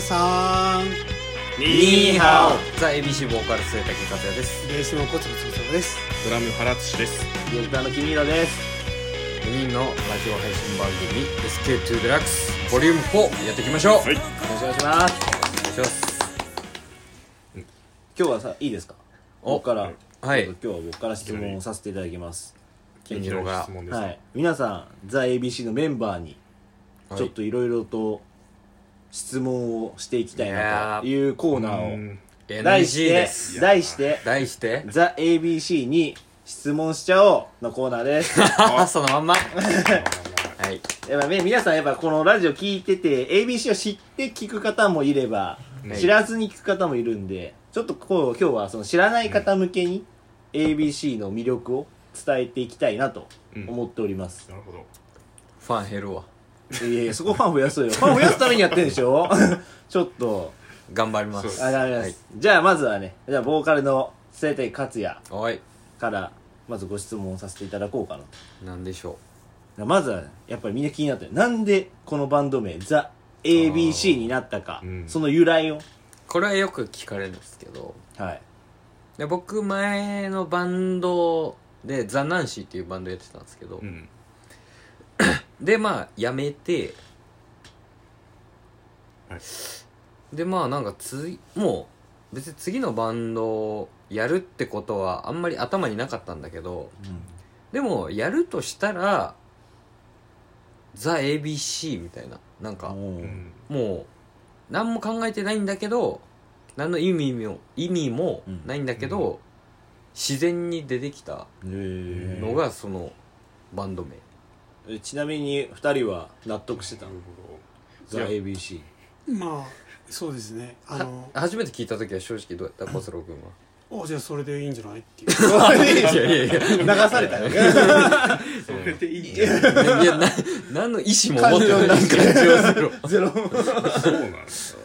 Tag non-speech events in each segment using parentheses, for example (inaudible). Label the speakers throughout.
Speaker 1: さん
Speaker 2: ニーハ
Speaker 3: ザ ABC ボーカル末竹克也です
Speaker 1: ベースのコツコツコツです
Speaker 2: オドラム原津です
Speaker 3: ディレクターの君色です4人のラジオ配信番組 SK2 デラックスボリューム4やっていきましょう、
Speaker 2: はい
Speaker 3: お
Speaker 4: 願いします
Speaker 3: 願いします
Speaker 4: 今日はさいいですか
Speaker 3: お
Speaker 4: 僕から
Speaker 3: はい
Speaker 4: ちょっと今日は僕から質問をさせていただきます
Speaker 3: 君色が
Speaker 2: 質問です、
Speaker 4: はい皆さんザ・ ABC のメンバーに
Speaker 3: はい
Speaker 4: ちょっといろいろと質問をしていきたいなと
Speaker 3: い
Speaker 4: いうコーナ
Speaker 2: う
Speaker 4: ーを
Speaker 2: ん
Speaker 4: 題
Speaker 3: NG で
Speaker 4: し
Speaker 3: す
Speaker 4: て題して
Speaker 3: 題して
Speaker 4: ザ・ ABC に質問しちゃおうのコーナーです
Speaker 3: あ (laughs) そのまんまはい
Speaker 4: やっぱね皆さんやっぱこのラジオ聞いてて ABC を知って聞く方もいれば
Speaker 3: ね
Speaker 4: 知らずに聞く方もいるんでちょっとこう今日はその知らない方向けに ABC の魅力を伝えていきたいなと思っております、
Speaker 2: (laughs) なるほど
Speaker 3: ファン減るわ
Speaker 4: いやいや、そこファン増やそうよ。ファン増やすためにやってんでしょ (laughs) ちょっと。
Speaker 3: 頑張りま
Speaker 2: そう
Speaker 3: す
Speaker 4: あ、ダメです、じゃあ、まずはね、じゃあ、ボーカルの生体克也
Speaker 3: はいはい
Speaker 4: から、まずご質問させていただこうかな
Speaker 3: なんでしょ
Speaker 4: と。まずは、やっぱりみんな気になってる。なんで、このバンド名、ザ・ ABC になったか、
Speaker 2: うん
Speaker 4: その由来を。
Speaker 3: うこれはよく聞かれるんですけど
Speaker 4: はい。
Speaker 3: で僕前のバンドでザ・ナンシーっていうバンドやってたんですけど、
Speaker 2: うん
Speaker 3: でまあ辞めて、
Speaker 2: はい
Speaker 3: でまあなんか次もう別に次のバンドをやるってことはあんまり頭になかったんだけどでもやるとしたらザ・ ABC みたいななんか
Speaker 4: うん。
Speaker 2: う
Speaker 4: おー
Speaker 2: ん
Speaker 3: もう何も考えてないんだけど何の意味も意味もないんだけど、自然に出てきた
Speaker 4: へ
Speaker 3: のがそのバンド名
Speaker 4: ーえちなみに、二人は納得してた
Speaker 2: な
Speaker 4: の
Speaker 2: る
Speaker 4: ザ・ ABC。
Speaker 1: まあそうですねあの
Speaker 3: 初めて聞いた時は正直どうやった小ロ君は
Speaker 1: おじゃあそれでいいんじゃないっていう
Speaker 3: いやいやいや
Speaker 4: 流されたね。
Speaker 2: ほどそれでいいんじゃない
Speaker 3: いや、な、何の意思も持ってない感じがする。
Speaker 4: ゼロ。
Speaker 2: そうなんですか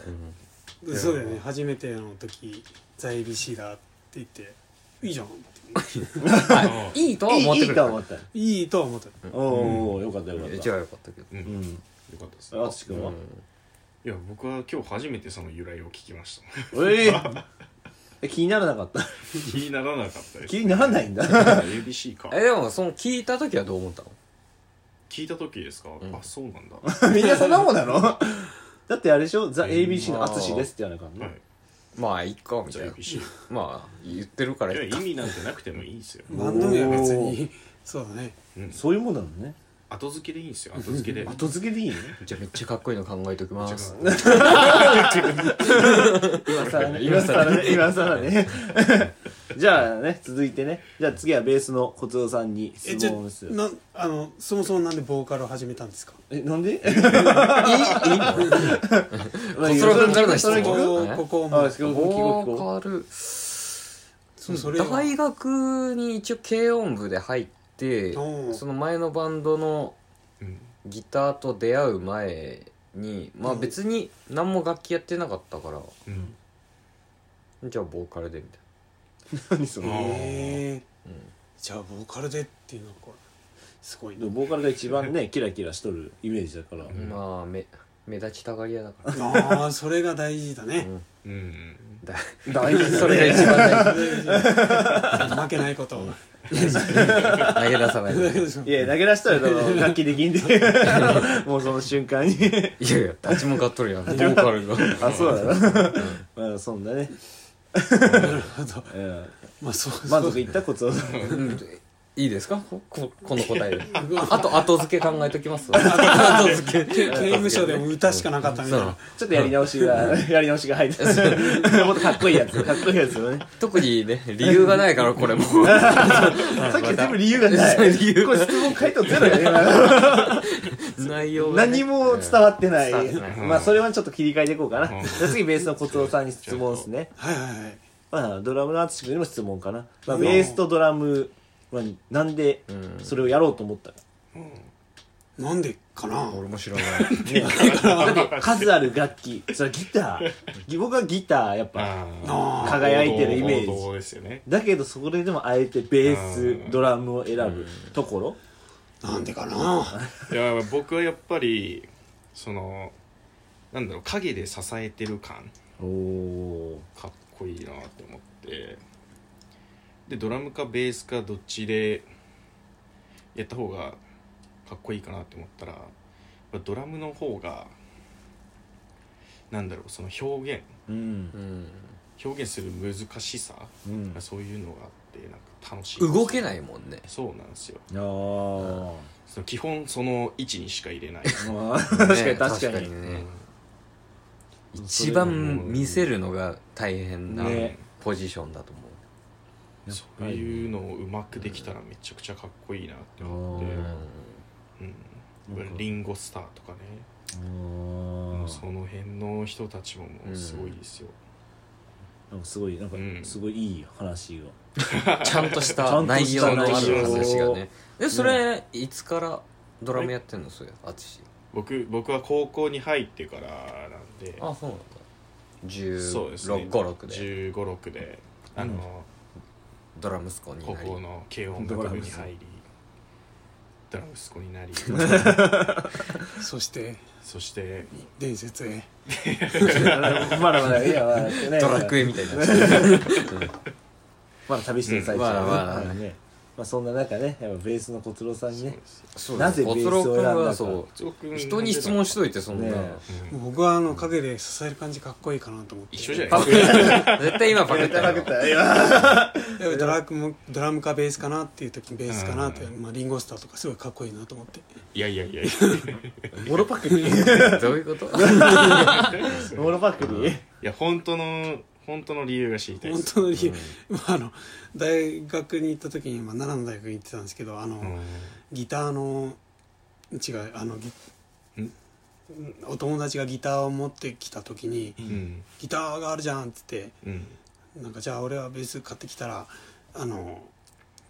Speaker 1: そうだよね初めての時「ザ・ ABC だ」って言って「いいじゃん」っ
Speaker 3: (laughs)
Speaker 1: て
Speaker 3: いいとはい思っ
Speaker 4: いい
Speaker 3: て
Speaker 4: いと
Speaker 3: くれた。
Speaker 4: は思った。
Speaker 1: いいとは思った
Speaker 4: おーおー、よかったよかっ
Speaker 3: え
Speaker 4: た
Speaker 3: じ。ゃあよかったけど。
Speaker 2: うん
Speaker 4: う
Speaker 2: よ
Speaker 4: ん。
Speaker 2: かったです
Speaker 4: あつしくんは、
Speaker 2: いや僕は今日初めてその由来を聞きま
Speaker 4: (laughs)
Speaker 2: した
Speaker 4: えーえ気にならなかった
Speaker 2: (laughs) 気にならなかったです
Speaker 4: 気にならないんだ
Speaker 2: ABC か
Speaker 3: え、でも、その聞いた時はどう思ったの
Speaker 2: 聞いた時ですか、あそうなんだ
Speaker 4: みんなそんなもんなのだってあれでしょ「ザ・
Speaker 2: えー
Speaker 4: ABC の淳です」って言わなかった
Speaker 2: は
Speaker 4: ね
Speaker 2: い
Speaker 3: まあ、いっか、み
Speaker 2: じ
Speaker 3: たい
Speaker 2: ゃあ
Speaker 3: な。
Speaker 2: ABC い
Speaker 3: まあ、言ってるから
Speaker 2: や
Speaker 3: い
Speaker 2: 意
Speaker 3: っか。
Speaker 2: 味なんてなくてもいいんですよ
Speaker 1: バンド名は別にそうだね
Speaker 4: そういうもんなのね
Speaker 2: 後付けでいいんですよ後付けで
Speaker 4: 後付けでいいね
Speaker 3: じゃあめっちゃかっこいいの考えときます。
Speaker 4: 今さらね今さらね今さらね (laughs) じゃあね続いてねじゃあ次はベースの小津さんに
Speaker 1: え
Speaker 4: 質
Speaker 1: じゃ
Speaker 4: 問です
Speaker 1: あなあのそもそもなんでボーカルを始めたんですか
Speaker 4: えなんでまあ
Speaker 3: 小空君からの質
Speaker 4: それ (laughs) 聞
Speaker 3: 問
Speaker 1: こ
Speaker 4: く
Speaker 1: こ
Speaker 3: え
Speaker 1: ここ
Speaker 4: あ
Speaker 1: も
Speaker 4: 聞こう聞こ
Speaker 3: ボ
Speaker 4: う聞こ
Speaker 3: ーカル。
Speaker 1: そうそれは
Speaker 3: 大学に一応軽音部で入って
Speaker 1: おう
Speaker 3: その前のバンドの
Speaker 2: うん
Speaker 3: ギターと出会う前にまあ
Speaker 1: うん
Speaker 3: 別に何も楽器やってなかったから、
Speaker 2: うん
Speaker 3: じゃあボーカルでみたいう
Speaker 4: 何その
Speaker 1: ええ
Speaker 3: な、うん、
Speaker 1: じゃあボーカルでっていうのはこれすごい
Speaker 4: で
Speaker 1: な
Speaker 4: もボーカルが一番ねキラキラしとるイメージだから
Speaker 2: ん
Speaker 3: まあ目目立ちたがり屋だか
Speaker 1: ああそれが大事だね
Speaker 2: うん
Speaker 3: ら
Speaker 4: 大事
Speaker 3: (laughs) それが一番大事
Speaker 1: 負け (laughs) ないこと
Speaker 3: 投げ出さ
Speaker 4: (laughs)
Speaker 3: ないで
Speaker 4: いや投げ出したらだろ楽器できんでもうその瞬間に
Speaker 3: いやいや立ち向かっとるやんボーカルが
Speaker 4: あそうだなまあそんなね、
Speaker 1: なるほど
Speaker 4: うん、
Speaker 1: まあそう
Speaker 4: 満足いったコツを
Speaker 3: うんいいですかこここの答え
Speaker 4: (laughs)
Speaker 3: で
Speaker 1: うわ
Speaker 3: あと後付け考えときます後付け
Speaker 1: 刑務所でも歌しかなかったみたい
Speaker 3: そう
Speaker 1: な
Speaker 4: ちょっとやり直しがやり直しが入ったもっとかっこいいやつかっこいいやつをね
Speaker 3: 特にね理由がないから
Speaker 4: (laughs)
Speaker 3: これも
Speaker 4: さっき全部理由が
Speaker 3: (laughs)
Speaker 4: ない
Speaker 3: そう理由
Speaker 4: これ質問回答ゼロやね
Speaker 3: 内容
Speaker 4: 今
Speaker 3: がね、
Speaker 4: 何も伝わってない
Speaker 3: 伝わってない
Speaker 4: まあそれはちょっと切り替えていこうかな
Speaker 2: う
Speaker 4: じ
Speaker 2: ん
Speaker 4: ゃあ次ベースのコツをさんに質問ですね
Speaker 1: はいはいはい
Speaker 4: まあドラムの淳君にも質問かな、まあ、
Speaker 1: うん
Speaker 4: ベースとドラムはなんで
Speaker 3: うん
Speaker 4: それをやろうと思
Speaker 3: (laughs)
Speaker 4: ったか
Speaker 1: なんでかな
Speaker 3: 俺も知らない
Speaker 4: だって数ある楽器それギター僕はギターやっぱ
Speaker 2: あー
Speaker 4: 輝いてるイメージ
Speaker 2: 王道王道ですよね
Speaker 4: だけどそれでもあえてベー
Speaker 2: うん
Speaker 4: スドラムを選ぶところ
Speaker 1: なんでかない
Speaker 2: や僕はやっぱりそのなんだろう影で支えてる感
Speaker 4: おお
Speaker 2: かっこいいなって思ってでドラムかベースかどっちでやった方がかっこいいかなって思ったらやっぱドラムの方がなんだろうその表現
Speaker 4: うん
Speaker 3: うん
Speaker 2: 表現する難しさ、
Speaker 4: うん
Speaker 2: そういうのがあってなんか楽しい
Speaker 3: 動けないもんね
Speaker 2: そうなんですよ
Speaker 4: あー
Speaker 2: その基本その位置にしか入れない、
Speaker 4: まあ確かに
Speaker 3: ね
Speaker 4: 確かに
Speaker 3: ね
Speaker 4: うん
Speaker 3: 一番見せるのが大変な
Speaker 4: ね
Speaker 3: ポジションだと思う、
Speaker 2: うんそういうのをうまくできたらめちゃくちゃかっこいいなって思って、
Speaker 4: う
Speaker 3: うん
Speaker 2: うん、リンゴスターとかね
Speaker 4: あ
Speaker 2: もう
Speaker 4: ー
Speaker 2: その辺の人たちももうすごいですよ、
Speaker 4: なんかすごいなんか
Speaker 2: うん
Speaker 4: すごいいい話が
Speaker 3: ちゃんと
Speaker 4: (laughs)
Speaker 3: し
Speaker 4: ちゃ
Speaker 3: た
Speaker 4: んと
Speaker 3: 内
Speaker 4: し
Speaker 3: 容
Speaker 4: た
Speaker 3: のあ
Speaker 2: 内容
Speaker 3: る話がねでそれいつからドラムやってんのそれ淳
Speaker 2: 僕僕は高校に入ってからなんで
Speaker 3: あそうなんだ
Speaker 2: そうですね
Speaker 3: 1 6 5 6で
Speaker 2: 1 5 6であの、
Speaker 3: ドラムスコに
Speaker 2: 高
Speaker 3: なり
Speaker 2: 校の軽音楽部に入りドラムスコになり
Speaker 1: そして
Speaker 2: そして
Speaker 1: 伝説へ
Speaker 4: (laughs) まだまだいやまだね
Speaker 3: ドラクエみたいになっちゃううん
Speaker 4: まだ旅してる最中
Speaker 3: うんまあまあ
Speaker 4: うんねまあそんな中ねやっぱベースの小郎さんにね
Speaker 3: そう
Speaker 4: なぜベ
Speaker 3: 小
Speaker 4: ース
Speaker 3: 太郎
Speaker 4: を選ん
Speaker 3: 君
Speaker 4: だか
Speaker 3: はそ
Speaker 2: 松尾君
Speaker 3: う人に質問しといてそんな、
Speaker 4: ね
Speaker 2: うん
Speaker 1: 僕はあの影で支える感じかっこいいかなと思って
Speaker 2: 一緒じゃな
Speaker 3: パ
Speaker 2: い
Speaker 3: ク絶対今パクったよ
Speaker 1: いやドラムドラムかベースかなっていう時にベースかなって、まあ、リンゴスターとかすごいかっこいいなと思って
Speaker 2: いやいやいやいや
Speaker 4: モロパクリ
Speaker 3: どういうこと
Speaker 4: モロパクリ
Speaker 2: いや本当の本当の理由が知りたいで
Speaker 1: 本
Speaker 2: す
Speaker 1: 当に、まあ、あの大学に行った時に、まあ、奈良の大学に行ってたんですけどあの、ギターの違うあのぎ
Speaker 2: ん
Speaker 1: お友達がギターを持ってきた時に
Speaker 2: うんうん
Speaker 1: 「ギターがあるじゃん」っつって
Speaker 2: うん
Speaker 1: 「なんかじゃあ俺はベース買ってきたらあの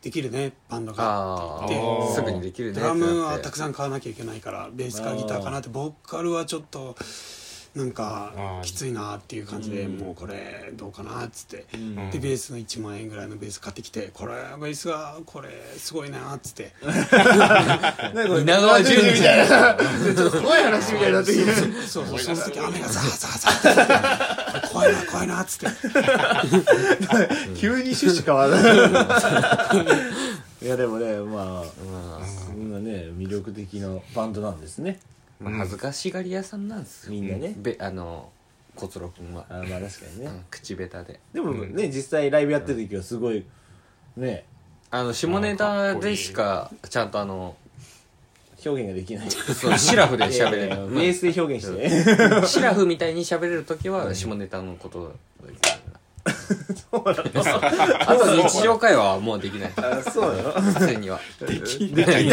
Speaker 1: できるねバンドが」
Speaker 3: あ
Speaker 1: って言
Speaker 2: あ
Speaker 1: っ
Speaker 3: あ
Speaker 2: ー
Speaker 1: て
Speaker 3: すぐにできるね
Speaker 1: ドラムは
Speaker 3: ってな
Speaker 1: た
Speaker 3: っ
Speaker 1: く
Speaker 3: て
Speaker 1: さん買わなきゃいけないからベースかギターかなってボーカルはちょっとなんか
Speaker 2: あー
Speaker 1: きついなっていう感じで
Speaker 4: うん
Speaker 1: もうこれどうかなっつって
Speaker 2: うん
Speaker 1: でベースの1万円ぐらいのベース買ってきてこれベースがこれすごいなっつって
Speaker 3: 稲川淳二みたいな
Speaker 4: ちょっと怖い話みたいになってきて
Speaker 1: そうそうその時雨がザーザーザーって怖いな怖いなっつって
Speaker 4: 急に趣旨変わるいやでもねまあそんなね魅力的なバンドなんですね
Speaker 3: まあ恥ずかしがり屋さんなんですよ
Speaker 4: みんなね
Speaker 3: べあの小鶴君は
Speaker 4: あーまあ確かに
Speaker 3: う
Speaker 4: ね
Speaker 3: ん口下手で
Speaker 4: でもね実際ライブやってる時はすごいね
Speaker 3: あの下ネタでしかちゃんとあの
Speaker 4: 表現ができ
Speaker 3: (laughs)
Speaker 4: ない (laughs)
Speaker 3: そうシラフで喋れ
Speaker 4: いやいや
Speaker 3: る
Speaker 4: ベースで表現してね
Speaker 3: うんシラフみたいに喋れる時は下ネタのことあと日常会話はもうできない
Speaker 4: あそうなの
Speaker 3: 普通には
Speaker 2: でき
Speaker 3: (laughs) できないでき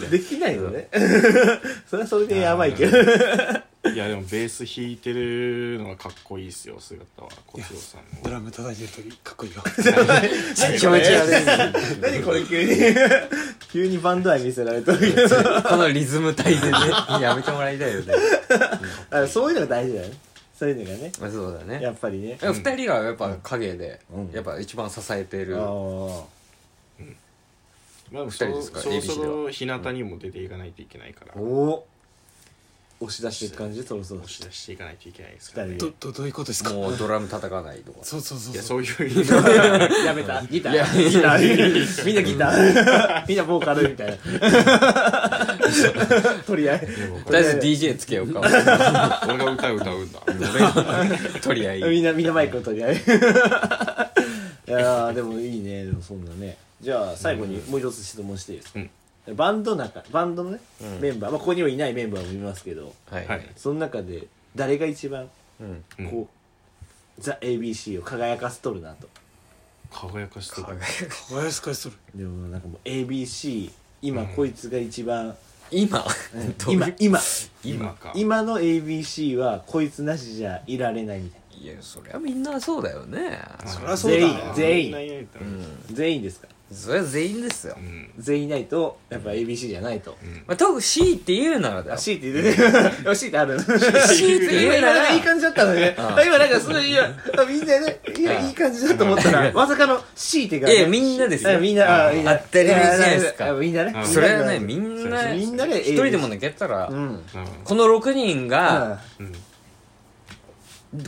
Speaker 3: ない
Speaker 4: できないのね (laughs) それはそれでやばいけど
Speaker 2: いやでもベース弾いてるのがかっこいいですよ姿は小次郎さん
Speaker 1: ド
Speaker 2: の
Speaker 1: ラム叩いてる時かっこいいよ
Speaker 3: めちゃめちゃやれる
Speaker 4: 何これ急に (laughs) 急にバンド愛見せられた時
Speaker 3: このリズム体でねやめてもらいたいよね
Speaker 4: あそういうのが大事だよねそういうのがね
Speaker 3: まあそうだね
Speaker 4: やっぱりね
Speaker 3: 二人はやっぱ影で
Speaker 4: うん
Speaker 3: やっぱ一番支えて
Speaker 4: あ
Speaker 3: る
Speaker 4: ー
Speaker 2: まあでも
Speaker 3: 二人
Speaker 2: そろ
Speaker 3: ですか
Speaker 2: そろ
Speaker 3: ABC で
Speaker 2: そ
Speaker 3: は
Speaker 2: ろ日向にも出ていかないといけないから
Speaker 4: お
Speaker 2: 押
Speaker 4: お押し出していく感じそろそろ
Speaker 2: し出していかないといけないですから
Speaker 4: 二
Speaker 2: ね
Speaker 4: 人
Speaker 1: どどどういうことですか
Speaker 3: もうドラム叩かないとか
Speaker 1: そうそうそう
Speaker 2: いや
Speaker 1: そう
Speaker 2: そういう意味で
Speaker 4: やめたギタ
Speaker 3: いや
Speaker 4: ーギターみんなギター
Speaker 3: (laughs)
Speaker 4: みんなボーカルみたいな (laughs) とりあえず
Speaker 3: とりあえず DJ つけよう
Speaker 4: (laughs)
Speaker 3: か
Speaker 2: 俺が歌歌うんだ
Speaker 3: とりあえず
Speaker 4: みんなみんなマイクを取り合い (laughs) いやーでもいいねでもそんなねじゃあ最後にもう一つ質問していいですか、バンドの中バンドのね、メンバー、まあ、ここにはいないメンバーもいますけど
Speaker 3: はい
Speaker 2: はい
Speaker 4: その中で誰が一番
Speaker 3: うん
Speaker 4: こう、ザ・ ABC を輝かせとるなと
Speaker 2: 輝かしてた
Speaker 1: おやすかする
Speaker 4: でもなんかもう ABC 今こいつが一番、
Speaker 3: 今どういう
Speaker 4: 今今
Speaker 2: 今か
Speaker 4: 今の ABC はこいつなしじゃいられないみたい
Speaker 3: いやそりゃみんなそうだよね
Speaker 1: そりゃそうだ
Speaker 4: 全員
Speaker 1: よ
Speaker 4: 全員
Speaker 2: 員
Speaker 4: な全員ですか
Speaker 3: それは全員ですよ
Speaker 2: う、ん
Speaker 4: 全員いないとやっぱ ABC じゃないと、
Speaker 3: まあ、特に C って言うならだよ
Speaker 4: あ、C って言ってね。C ってあるの。C って
Speaker 3: 言うなら
Speaker 4: いい感じだったのね。あ今なんかすごい、いや、あみんなね、いや、
Speaker 3: うん
Speaker 4: いい感じだと思ったら、まさかの C ってがね。
Speaker 3: いやみんなです
Speaker 4: あ
Speaker 3: よ
Speaker 4: みんな、あみんな。
Speaker 3: 当たり前じゃないですか
Speaker 4: あみんなね
Speaker 2: う。ん
Speaker 3: それはねみ
Speaker 4: な。
Speaker 3: んな
Speaker 4: みんなで
Speaker 3: 一人でも抜けたら、
Speaker 4: うん。
Speaker 2: うん
Speaker 3: この6人
Speaker 4: あ
Speaker 3: が、
Speaker 2: うん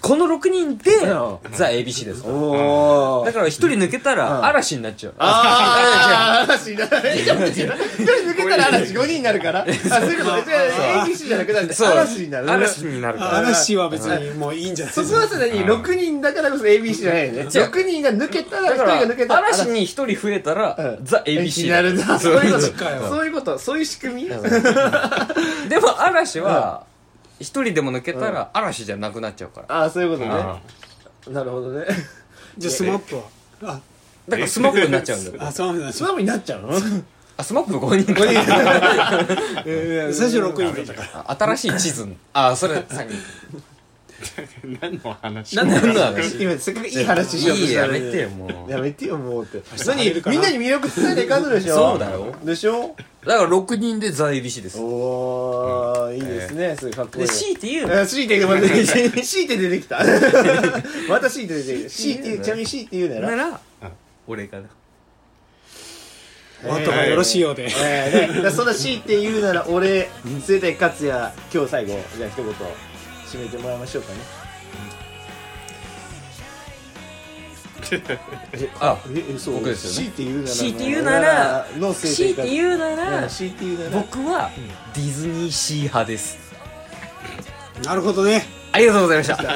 Speaker 3: この6人で
Speaker 4: うん
Speaker 3: ザ・ ABC ですから
Speaker 4: お
Speaker 3: だ
Speaker 4: ー
Speaker 3: から一人抜けたら嵐になっちゃう
Speaker 4: あー嵐になるえちょっと違う一人抜けたら嵐5人になるからあそういうことねじゃあ ABC じゃなくなって
Speaker 3: そう
Speaker 4: 嵐になる
Speaker 3: 嵐になるから
Speaker 1: 嵐は別にもういいんじゃない
Speaker 4: そこはさらに6人だからこそ ABC じゃないよね
Speaker 3: 違う
Speaker 4: 6人が抜けたら1
Speaker 3: だ
Speaker 4: 人
Speaker 3: か
Speaker 4: が抜けた
Speaker 3: ら
Speaker 4: ら
Speaker 3: 嵐に一人増えたら
Speaker 4: うん
Speaker 3: ザ・
Speaker 4: に
Speaker 3: ABC
Speaker 4: なるんだそういうこと
Speaker 1: かよ
Speaker 4: そういうことそういう仕組み
Speaker 3: でも嵐は一人でも抜けたら嵐じゃなくなっちゃうから
Speaker 4: ああそういうことね
Speaker 2: あ
Speaker 4: なるほどね
Speaker 1: じゃあスマップはあ
Speaker 3: だからスマップになっちゃうんだよ
Speaker 1: あスマップなんです
Speaker 4: そのままになっちゃうの
Speaker 3: あスマップ5人5人
Speaker 1: 最初6人だったか
Speaker 3: 新
Speaker 1: ら
Speaker 3: しい地図あそれさっき
Speaker 2: 何の話
Speaker 3: 何の話
Speaker 4: 今せっかくいい話しようと
Speaker 3: いい
Speaker 4: した
Speaker 3: や
Speaker 4: の
Speaker 3: め
Speaker 4: に
Speaker 3: てよもう
Speaker 4: やめてよもうって
Speaker 1: 明日入れるかな
Speaker 4: みんなに魅力伝えていかんのでしょ
Speaker 3: そうだよ
Speaker 4: でしょ
Speaker 3: だから6人でザ・ ABC です
Speaker 4: おーいいですねすごいかっこいい
Speaker 3: で強いて言う
Speaker 4: あ強いてまた強いて出てきたまた強いて出てきた強いてちなみに強いて言うなら
Speaker 3: なら俺かな
Speaker 1: お後がよろしいようで
Speaker 4: えーねだからそんな強いて言うなら俺末谷克也今日最後じゃあ一言締めてもらいましょうかね
Speaker 3: あ
Speaker 4: ええそう
Speaker 3: 僕ですよ
Speaker 4: 強い
Speaker 3: ね
Speaker 4: て言うなら
Speaker 3: 強いて言うなら
Speaker 4: の末
Speaker 3: 強い
Speaker 4: 谷克
Speaker 3: て言うな
Speaker 4: 也
Speaker 3: ら
Speaker 4: 強いて言うなら
Speaker 3: 僕はディズニーシー派です
Speaker 1: なるほどね
Speaker 3: ありがとうございました
Speaker 4: じ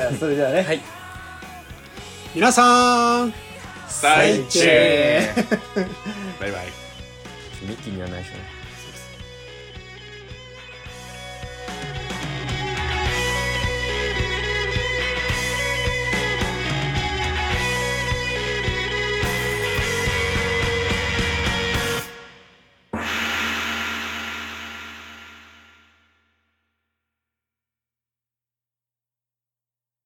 Speaker 4: ゃあそれではね
Speaker 3: はい
Speaker 1: 皆さん
Speaker 2: 最中
Speaker 4: 中
Speaker 2: バイバイ
Speaker 3: ミッキーには内緒ね